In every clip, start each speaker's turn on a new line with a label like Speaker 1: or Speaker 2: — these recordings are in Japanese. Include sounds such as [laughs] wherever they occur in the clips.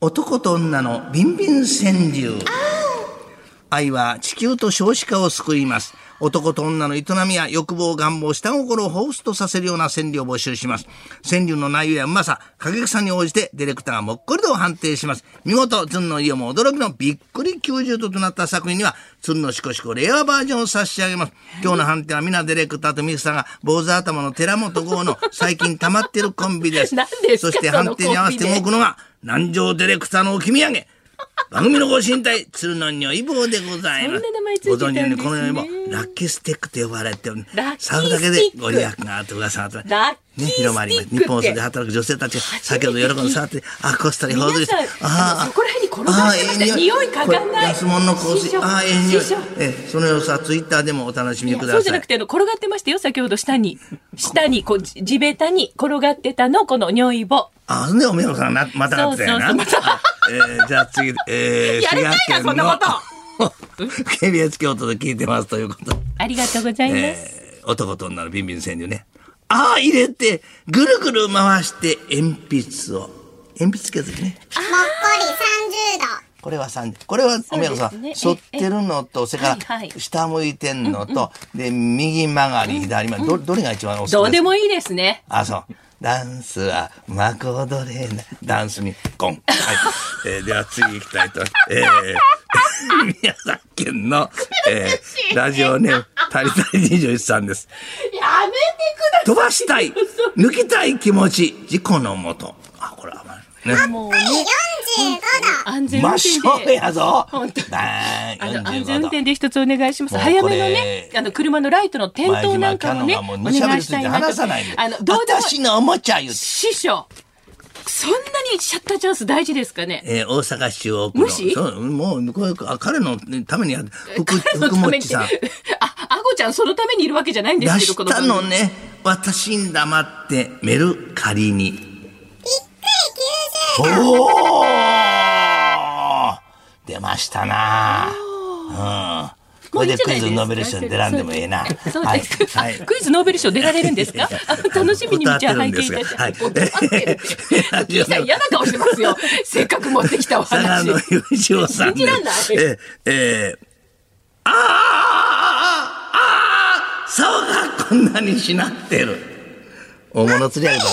Speaker 1: 男と女のビンビン川柳。愛は地球と少子化を救います。男と女の営みや欲望、願望、下心を彷彿とさせるような川柳を募集します。川柳の内容やうまさ、過激さに応じてディレクターがもっこりと判定します。見事、ズンの家も驚きのびっくり90度となった作品には、ズンのシコシコレアバージョンを差し上げます。今日の判定は皆ディレクターとミキさんが坊主頭の寺本剛の最近溜まってるコンビです。
Speaker 2: [laughs] 何です
Speaker 1: そ
Speaker 2: か
Speaker 1: して判定に合わせて動くのが、南城ディレクターのお君み上げ。番組のご神体、鶴の女異坊でございます。
Speaker 2: そんな名前つい
Speaker 1: ご
Speaker 2: てた
Speaker 1: 存
Speaker 2: ん
Speaker 1: 知
Speaker 2: で
Speaker 1: の
Speaker 2: す
Speaker 1: よう
Speaker 2: ね
Speaker 1: に、この世にもラッキースティックと呼ばれておる
Speaker 2: ラッキースティッ。ク
Speaker 1: 触るだけでご利益があってくださった。
Speaker 2: ラッキ
Speaker 1: ね、
Speaker 2: ースティックって
Speaker 1: 広まります。日本放送で働く女性たちが、先ほど喜んで触って、あ、こっさりほうずりして
Speaker 2: 皆さんあのそこら辺に転が
Speaker 1: あ
Speaker 2: してました
Speaker 1: ええ
Speaker 2: 匂い嗅がない
Speaker 1: これ安物の香
Speaker 2: 師
Speaker 1: 水。
Speaker 2: 匠
Speaker 1: あ、ええ匂い
Speaker 2: 師匠。
Speaker 1: ええ、その様子はツイッターでもお楽しみください。
Speaker 2: そうじゃなくて、あの、転がってましたよ、先ほど下に。下に、こう、じ地べたに転がってたの、この尿意棒。
Speaker 1: あ、そんでおめえのさんな、またなってたよな。
Speaker 2: そうそうそうまた
Speaker 1: えーじゃあ次、えー、
Speaker 2: [laughs] やりたい
Speaker 1: 滋
Speaker 2: な
Speaker 1: 賀県の
Speaker 2: そんなこと。
Speaker 1: KBS 京都で聞いてますということで。
Speaker 2: ありがとうございます。
Speaker 1: えー男と女のビンビン川柳ね。ああ、入れて、ぐるぐる回して鉛筆を。鉛筆削りね。
Speaker 3: もっこ
Speaker 1: これは三これは、おめえのさ
Speaker 2: そうで
Speaker 1: ん、
Speaker 2: す
Speaker 1: 反
Speaker 2: ね
Speaker 1: ってるのと、それか
Speaker 2: はいはい
Speaker 1: ら、下向いてんのと、で、右曲がり、左曲がり、ど、どれが一番お好きです
Speaker 2: ど
Speaker 1: か
Speaker 2: うでもいいですね。
Speaker 1: あ、そう。ダンスは、マコドレーナ。ダンスに、ゴン。はい。えーでは次行きたいと。えー、 [laughs] 宮崎県の、えー、ラジオネーム、タリタリ21さんです。
Speaker 2: やめてく
Speaker 1: 飛ばしたい、抜きたい気持ち、事故のもと。あ、これはま
Speaker 2: だ
Speaker 1: ね。
Speaker 2: もう、
Speaker 3: り45度。
Speaker 2: 安全運
Speaker 1: 真っ
Speaker 2: 転
Speaker 1: 白
Speaker 2: で。
Speaker 1: やぞ。
Speaker 2: 本当に
Speaker 1: バ
Speaker 2: あ
Speaker 1: ーン
Speaker 2: の、安全運
Speaker 1: 45度
Speaker 2: 転。で一つお願いします。
Speaker 1: もう
Speaker 2: 早めの
Speaker 1: こ
Speaker 2: ね、
Speaker 1: れ
Speaker 2: あの、車のライトの点
Speaker 1: 前
Speaker 2: 灯な
Speaker 1: 島
Speaker 2: ん
Speaker 1: キ
Speaker 2: か
Speaker 1: ャ
Speaker 2: も
Speaker 1: ノン
Speaker 2: ね、
Speaker 1: がも
Speaker 2: お
Speaker 1: う
Speaker 2: 願
Speaker 1: 無茶ぶり
Speaker 2: い
Speaker 1: す
Speaker 2: し
Speaker 1: ぎ
Speaker 2: たい
Speaker 1: て
Speaker 2: なと
Speaker 1: 話さないで。
Speaker 2: あの、どうでもいい
Speaker 1: 私のおもちゃ言うて。
Speaker 2: 師匠、そんなにシャッターチャンス大事ですかね
Speaker 1: えー大阪市中央区の
Speaker 2: 無視
Speaker 1: そうもうこれあ彼のためにや福
Speaker 2: 彼の
Speaker 1: 福
Speaker 2: た
Speaker 1: も
Speaker 2: め
Speaker 1: っ
Speaker 2: に
Speaker 1: ちさん
Speaker 2: [laughs] あ、あごちゃんそのためにいるわけじゃないん
Speaker 1: 出
Speaker 2: ですけど、この
Speaker 1: した
Speaker 2: 番
Speaker 1: の
Speaker 2: 組。
Speaker 1: ね私に黙ってメルカリにおお出ましたなうんこれでクイズノーベル賞に出らんでもええな。
Speaker 2: そうですか、
Speaker 1: はいはい
Speaker 2: クイズノーベル賞出られるんですかあ楽しみにじゃあ拝見いたし
Speaker 1: はい
Speaker 2: ます。兄 [laughs] さん嫌な顔してます
Speaker 1: [laughs]
Speaker 2: よ。せっかく持ってきたお
Speaker 1: 佐賀
Speaker 2: 話。
Speaker 1: の雄一郎さんで
Speaker 2: 信じらんない
Speaker 1: えー、えー、あーあーあーあー竿がこんなにしなってる。大物釣り上げた。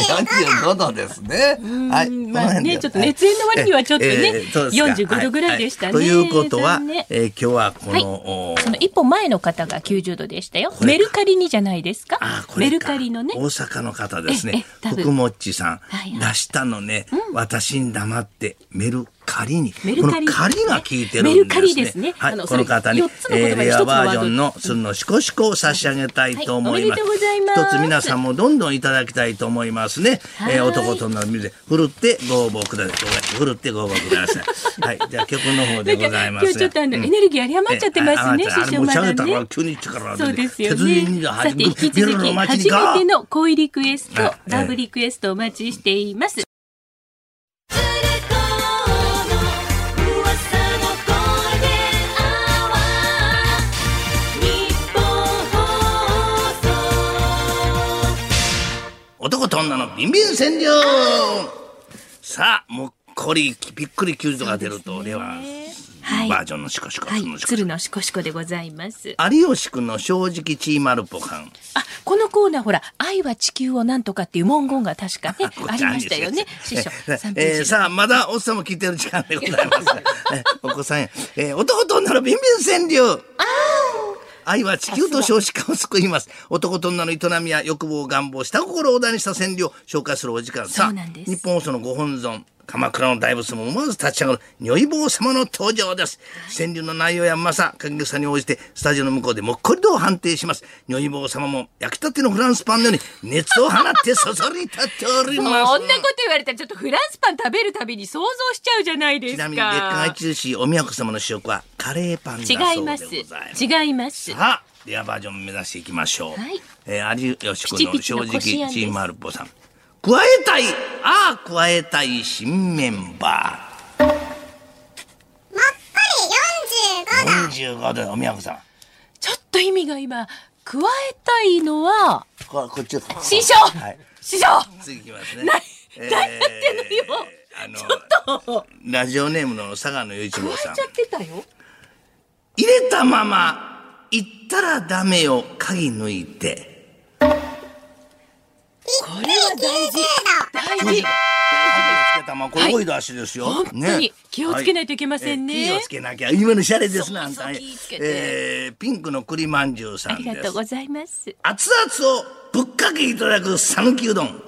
Speaker 1: 45度ですね。はい。
Speaker 2: まあ
Speaker 1: この辺で
Speaker 2: ねちょっと熱炎の割にはちょっとね
Speaker 1: そうですか
Speaker 2: 45度ぐらいでした
Speaker 1: は
Speaker 2: ね
Speaker 1: ということは
Speaker 2: 残念、
Speaker 1: えー、今日はこの、
Speaker 2: はい
Speaker 1: お
Speaker 2: その一歩前の方が90度でしたよ。
Speaker 1: れか
Speaker 2: メルカリにじゃないですか。
Speaker 1: あーこれ
Speaker 2: メ
Speaker 1: か
Speaker 2: ルカリのね
Speaker 1: 大。阪の方です
Speaker 2: ええ
Speaker 1: ね
Speaker 2: 多分
Speaker 1: 福もっちさん、
Speaker 2: はいはい
Speaker 1: 出したのね、私に黙ってメルカリに
Speaker 2: メルカリ
Speaker 1: このカリが効いてるんですね
Speaker 2: メルカリですね
Speaker 1: はい
Speaker 2: あの
Speaker 1: この方に
Speaker 2: それ
Speaker 1: え
Speaker 2: 四つの言葉に
Speaker 1: ーレ
Speaker 2: 一つ
Speaker 1: ア
Speaker 2: のワード
Speaker 1: バージョンのすんのしこしこを差し上げたいと思います,、
Speaker 2: はいおめでとうございます
Speaker 1: 一つ皆さんもどんどんいただきたいと思いますね、
Speaker 2: はい
Speaker 1: えー、男と女の水でふるってご応募くださいふるってご応募くださいはいじゃあ曲の方でございます
Speaker 2: 今日ちょっとあの、エネルギギーあり余っちゃってますね、
Speaker 1: ええ
Speaker 2: 師匠ま
Speaker 1: ああなた
Speaker 2: だ
Speaker 1: あれもう喋ったから
Speaker 2: ね。
Speaker 1: 急に力
Speaker 2: そうですよ
Speaker 1: 鉄人
Speaker 2: ね。
Speaker 1: が
Speaker 2: さ
Speaker 1: 入
Speaker 2: て、引き続き、初めての恋リクエスト
Speaker 1: あ、ええ
Speaker 2: ラブリクエストお待ちしています。
Speaker 1: 男と女のビンビン占領さあもっこりびっくり90度が出ると俺は、
Speaker 2: はい
Speaker 1: バージョンのシコシコ、
Speaker 2: は
Speaker 1: その
Speaker 2: い、
Speaker 1: シコシ
Speaker 2: 鶴のしこしこでございます。
Speaker 1: コ有吉君の正直チーマルポ感
Speaker 2: あ、このコーナーほら、愛は地球をなんとかっていう文言が
Speaker 1: [laughs]
Speaker 2: 確かね、ありましたよね、師匠。三平
Speaker 1: え
Speaker 2: 師
Speaker 1: ー、
Speaker 2: 匠
Speaker 1: さあ、まだおっさんも聞いてる時間でござい [laughs] ます。えお子さんや。えー男と女のビンビン川柳。愛は地球と少子化を救います。男と女の営みや欲望、願望、下心を大にした川柳を紹介するお時間。さ
Speaker 2: そう
Speaker 1: あ
Speaker 2: なん、です
Speaker 1: 日本放送のご本尊。鎌倉の大仏も思わず立ち上がる如意棒様の登場です。川柳の内容やうまさ、感激さに応じて、スタジオの向こうでもっこりと判定します。如意棒様も焼きたてのフランスパンのように熱を放ってそそり立っており
Speaker 2: もう
Speaker 1: ます。
Speaker 2: こんなこと言われたらちょっとフランスパン食べるたびに想像しちゃうじゃないです
Speaker 1: ち
Speaker 2: か。
Speaker 1: なみに月刊一寿司お宮子様の主食はカレーパンだそうで
Speaker 2: 違い
Speaker 1: ご
Speaker 2: ます。
Speaker 1: ざいます。
Speaker 2: 違います。
Speaker 1: さあ、レアバージョン目指していきましょう。
Speaker 2: はい
Speaker 1: えー有吉
Speaker 2: ピ
Speaker 1: 君
Speaker 2: チ
Speaker 1: の正
Speaker 2: ピチのこ
Speaker 1: 直
Speaker 2: しあんです
Speaker 1: チームアルポさん。加えたいああ、加えたい新メンバ
Speaker 3: り45度。
Speaker 1: ー。45度、お宮子さん。
Speaker 2: ちょっと意味が今、加えたいのは、
Speaker 1: ここっち
Speaker 2: 師匠
Speaker 1: はい。
Speaker 2: 師匠
Speaker 1: 次いきますね。
Speaker 2: な
Speaker 1: えー
Speaker 2: 何やってんのよ
Speaker 1: あの
Speaker 2: と
Speaker 1: ラジオネームの佐賀の雄一郎さん
Speaker 2: ちゃってたよ。
Speaker 1: 入れたまま行ったらダメよ鍵抜いて
Speaker 2: これは大事。大
Speaker 1: 大
Speaker 2: 事
Speaker 1: 事。つけたままこれ動いた足ですよ、
Speaker 2: 本当に気をつけないといけませんね
Speaker 1: はいえー気をつけなきゃ今のシャレですね
Speaker 2: そう
Speaker 1: あんた
Speaker 2: そう気をつけて
Speaker 1: えーピンクの栗まんじゅうさ
Speaker 2: あ
Speaker 1: ん
Speaker 2: り
Speaker 1: で
Speaker 2: がとう
Speaker 1: す
Speaker 2: ございます。
Speaker 1: 熱々をぶっかけいただく讃岐うどんぶ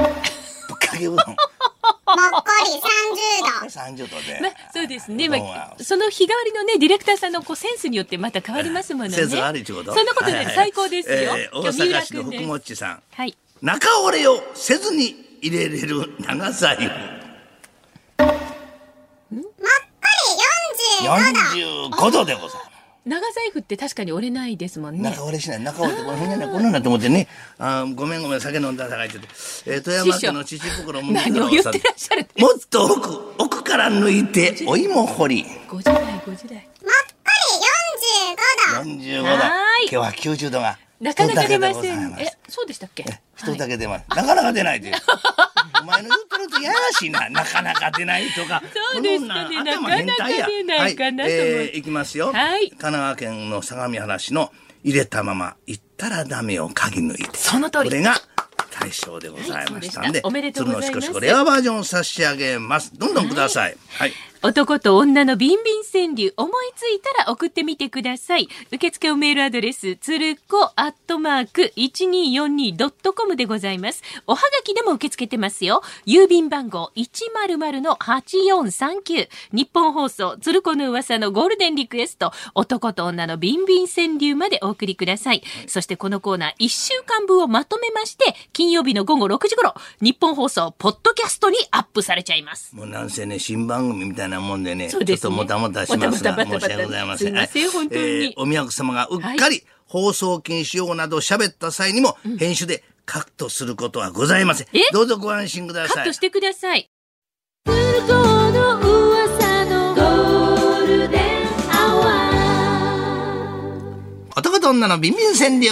Speaker 1: っかけうどん
Speaker 3: もっこり30度
Speaker 1: 30度で、
Speaker 2: まあ、そうですね。
Speaker 1: [laughs] う
Speaker 2: ま
Speaker 1: どんは
Speaker 2: あ、その日替わりのね、ディレクターさんのこうセンスによってまた変わりますものね。
Speaker 1: センスがあるってこと
Speaker 2: そんなこと
Speaker 1: は
Speaker 2: で
Speaker 1: いはい
Speaker 2: 最高ですよ。
Speaker 1: えー大
Speaker 2: 今日三
Speaker 1: 阪
Speaker 2: 浦
Speaker 1: 市の
Speaker 2: 君で
Speaker 1: 福
Speaker 2: す
Speaker 1: もっちさん
Speaker 2: はい。
Speaker 1: 中折れをせずに入れれる長さよ
Speaker 3: もっこり45度
Speaker 1: 45度でございます
Speaker 2: 長財布って確かに折れないですもんね
Speaker 1: 中。折れしない中折れてこの辺にこんなんなって思ってねあーごめんごめん酒飲んだら高いって言って、えー、富山県の父袋も
Speaker 2: 何を言ってらっしゃるんです
Speaker 1: もっと奥奥から抜いてお芋掘り
Speaker 2: ご時代、ご時代。
Speaker 3: もっこり45度
Speaker 1: 45度
Speaker 2: はーい
Speaker 1: 今日は90度が
Speaker 2: なかなか出ま
Speaker 1: 一つだけ
Speaker 2: せ
Speaker 1: でござい
Speaker 2: ん。
Speaker 1: ます
Speaker 2: え、そうでしたっけ。
Speaker 1: 人だ
Speaker 2: はい
Speaker 1: け出ます、なかなか出ないでお前の言ってるとやらしいななかなか出ないとか
Speaker 2: そうですかね
Speaker 1: この女頭変態や
Speaker 2: なかなか出ないかなと思って
Speaker 1: はいえーいきますよ、
Speaker 2: はい
Speaker 1: 神奈川県の相模原市の入れたまま行ったらダメよ鍵抜いて
Speaker 2: その通り
Speaker 1: これが大賞でございましたんで,、
Speaker 2: はいそうでしたおめでとうござい
Speaker 1: 鶴
Speaker 2: ます
Speaker 1: のしこしこレアバージョンを差し上げますどんどんくださいはい、
Speaker 2: 男と女のビンビン川柳思いついたら送ってみてください受付をメールアドレスつるこアットマーク 1242.com でございますおはがきでも受け付けてますよ郵便番号100-8439日本放送つるこの噂のゴールデンリクエスト男と女のビンビン川柳までお送りください、そしてこのコーナー1週間分をまとめまして金曜日の午後6時頃日本放送ポッドキャストにアップされちゃいます
Speaker 1: もうなんせね新番組みたいなもんでね
Speaker 2: そうで
Speaker 1: ち
Speaker 2: す
Speaker 1: ょっと
Speaker 2: ね
Speaker 1: もたもたしますが
Speaker 2: もたも
Speaker 1: 申
Speaker 2: たバ
Speaker 1: し
Speaker 2: タバタ
Speaker 1: 訳ございません
Speaker 2: すいません
Speaker 1: はい
Speaker 2: 本当に
Speaker 1: えーお宮子様がうっかり、
Speaker 2: は
Speaker 1: 放送禁止用語など喋った際にも、編集でカットすることはございません
Speaker 2: え
Speaker 1: どうぞご安心くだ
Speaker 2: カ
Speaker 1: さ
Speaker 2: ッ
Speaker 1: い
Speaker 2: トしてください。の噂のゴールデンアワー。
Speaker 1: 男と女のビンビン川柳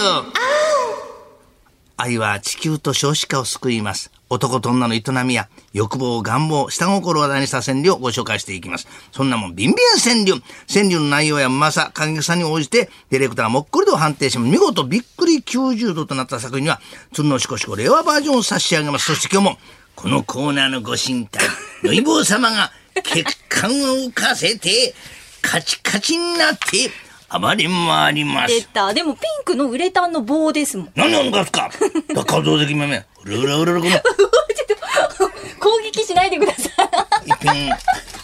Speaker 1: 愛は地球と少子化を救います男と女の営みや欲望願望下心を話題にした川柳をご紹介していきますそんなもんビンビン川柳川柳の内容やうまさ過激さに応じてディレクターがもっこりと判定し見事びっくり90度となった作品にはつんのしこしこ令和バージョンを差し上げますそして今日もこのコーナーのご神体如意棒様が血管を浮かせてカチカチになって暴れ回ります
Speaker 4: 出た。でもピンクのウレタンの棒ですもん。
Speaker 1: 何を抜かすか爆発動的めめ。うるうるうるうるこの
Speaker 4: [laughs] 攻撃しないでください。
Speaker 1: 一品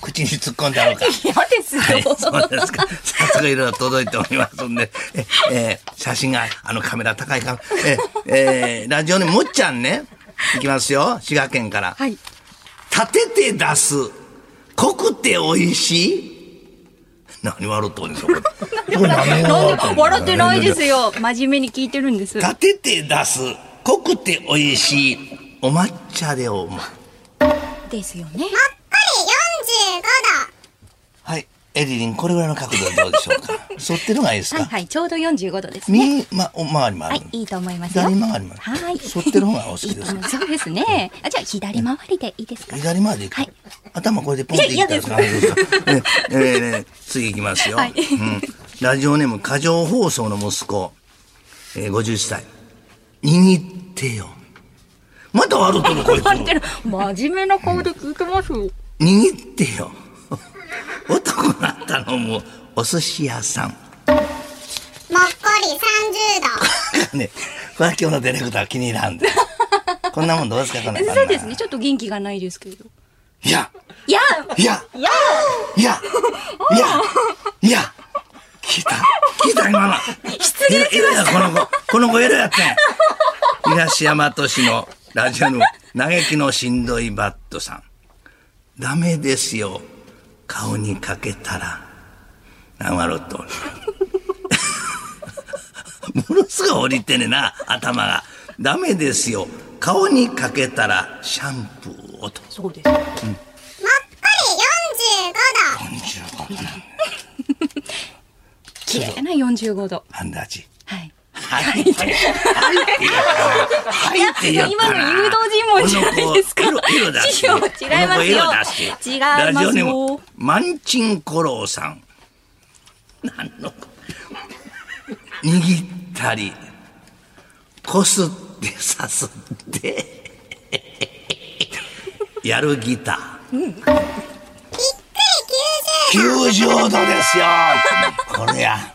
Speaker 1: 口に突っ込んであるか。
Speaker 4: 嫌ですよ。
Speaker 1: はい、そうですか。さすがいろいろ届いておりますんで、え、えー写真が、あのカメラ高いか、え、えーラジオにもっちゃんね、いきますよ。滋賀県から。
Speaker 4: はい。
Speaker 1: 立てて出す。濃くて美味しい。何笑っとんでしょう、これ。これ何を
Speaker 4: [laughs] なん
Speaker 1: とんの
Speaker 4: で笑ってないですよ。真面目に聞いてるんです。
Speaker 1: 立てて出す。濃くて美味しい。お抹茶でお抹茶。
Speaker 4: ですよね。
Speaker 3: もっこり45度
Speaker 1: はい。エリリン、これぐらいの角度でどうでしょう
Speaker 4: [laughs]
Speaker 1: か。反ってるのがいいですか。
Speaker 4: はいはい。ちょうど45度ですね。
Speaker 1: 右、ま、お回りもあ
Speaker 4: は
Speaker 1: る。
Speaker 4: い。いいと思いますよ。
Speaker 1: 左回りもある。
Speaker 4: [laughs] はい。
Speaker 1: 反ってる方がお好きですか。
Speaker 4: あのそうですね。あじゃあ左回りでいいですか。
Speaker 1: 左回りでいく、
Speaker 4: はい
Speaker 1: 頭これでポンっていったら感じですか。えええ次いきますよ。
Speaker 4: はい
Speaker 1: うん。ラジオネーム、過剰放送の息子、えー、51歳。握ってよ。また笑うとる、こいつ。
Speaker 4: 笑ってる。真面目な顔で聞いてますよ。
Speaker 1: 握ってよ [laughs] 男だったのもお寿司屋さん
Speaker 3: もっこり30度
Speaker 1: [laughs] ねこれは今日のディレクター気に入らんでこんなもんどうですかこんなこんな
Speaker 4: [laughs] そうですね。ちょっと元気がないですけど。
Speaker 1: いや
Speaker 4: いや
Speaker 1: いや [laughs]
Speaker 4: いや
Speaker 1: いやいやいや聞いた聞いた今の失礼しましたこの子この子エロやってん東大和市のラジオの嘆きのしんどいバットさんダメですよ顔にかけたら何笑っと [laughs] るものすごい降りてんねんな頭がダメですよ顔にかけたらシャンプーをと
Speaker 4: そうです。
Speaker 3: もっこり45度
Speaker 1: 25
Speaker 4: 綺麗な45度。
Speaker 1: アンダーチ
Speaker 4: はい。
Speaker 1: はい、はい、はい、
Speaker 4: [laughs]
Speaker 1: はいって言った
Speaker 4: 今の誘導尋問じゃないですか
Speaker 1: この子エロエロだし
Speaker 4: 資料違いま
Speaker 1: この子
Speaker 4: すよ
Speaker 1: エロだし
Speaker 4: 違いますよ
Speaker 1: ラジオネームマンチンコロウさん何の握ったりこすって刺すって [laughs] やるギター
Speaker 3: びっくり90
Speaker 1: 90度ですよ。これや、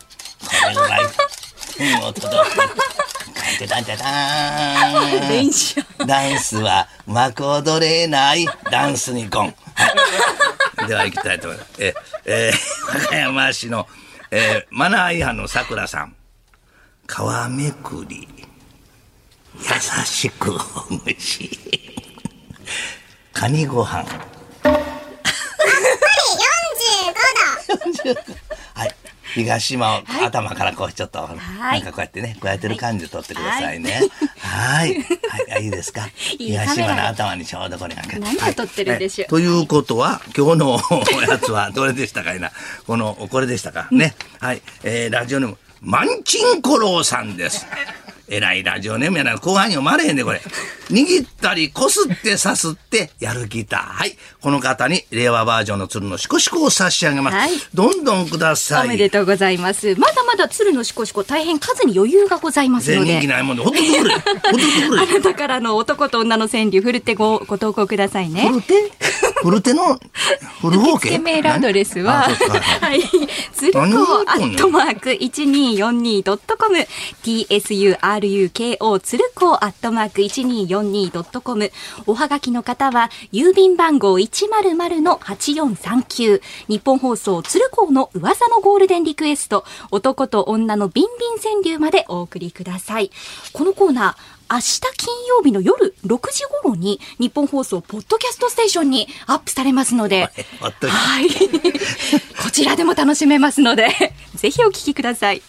Speaker 1: これぐらい。うん、おっとっと。 [laughs] てたんてたーん
Speaker 4: 電車
Speaker 1: ダンスはうまく踊れないダンスに婚。はいでは行きたいと思います。え、えー和歌山市の、えーマナー違反のさくらさん。皮めくり。優しくほぐし。カニご飯。
Speaker 3: 45度
Speaker 1: はい。東島を頭からこうちょっと、なんかこうやってね、こうやってる感じで撮ってくださいね。はい。はい。あいいですか
Speaker 4: いカ
Speaker 1: 東
Speaker 4: メラ
Speaker 1: 島の頭にちょうどこれがか
Speaker 4: 何を撮ってるんでしょう
Speaker 1: ということは、今日のおやつはどれでしたかいな。この、これでしたか。ね。はい。えーラジオネーム、マンチンコロウさんです。えらいラジオネームやな。後半読まれへんで、これ。握ったり、こすって、さすって、やるギター。はい。この方に、令和バージョンの鶴のシコシコを差し上げます。
Speaker 4: はい
Speaker 1: どんどんください。
Speaker 4: おめでとうございます。まだまだ鶴のしこしこ大変数に余裕がございます
Speaker 1: 全
Speaker 4: の
Speaker 1: 人気
Speaker 4: で。
Speaker 1: ないもんで、ほっとくれ。ほっとく
Speaker 4: あ
Speaker 1: れ。
Speaker 4: なたからの男と女の川柳、ふるってご、ご投稿くださいね。
Speaker 1: フルテフルテの、フルホーケ
Speaker 4: 受けメールアドレスは、
Speaker 1: あそうかは
Speaker 4: はい、鶴子
Speaker 1: 何を
Speaker 4: ア
Speaker 1: 言う
Speaker 4: ッ
Speaker 1: と
Speaker 4: ト
Speaker 1: ん
Speaker 4: マーク 1242.com、tsuruko 鶴子アットマーク 1242.com、おはがきの方は、郵便番号100-8439、日本放送鶴子の噂のゴールデンリクエスト、男と女のビンビン川柳までお送りください。このコーナー、明日金曜日の夜6時頃に日本放送ポッドキャストステーションにアップされますので、
Speaker 1: ほっとく
Speaker 4: [laughs] はい。こちらでも楽しめますので、ぜひお聞きください。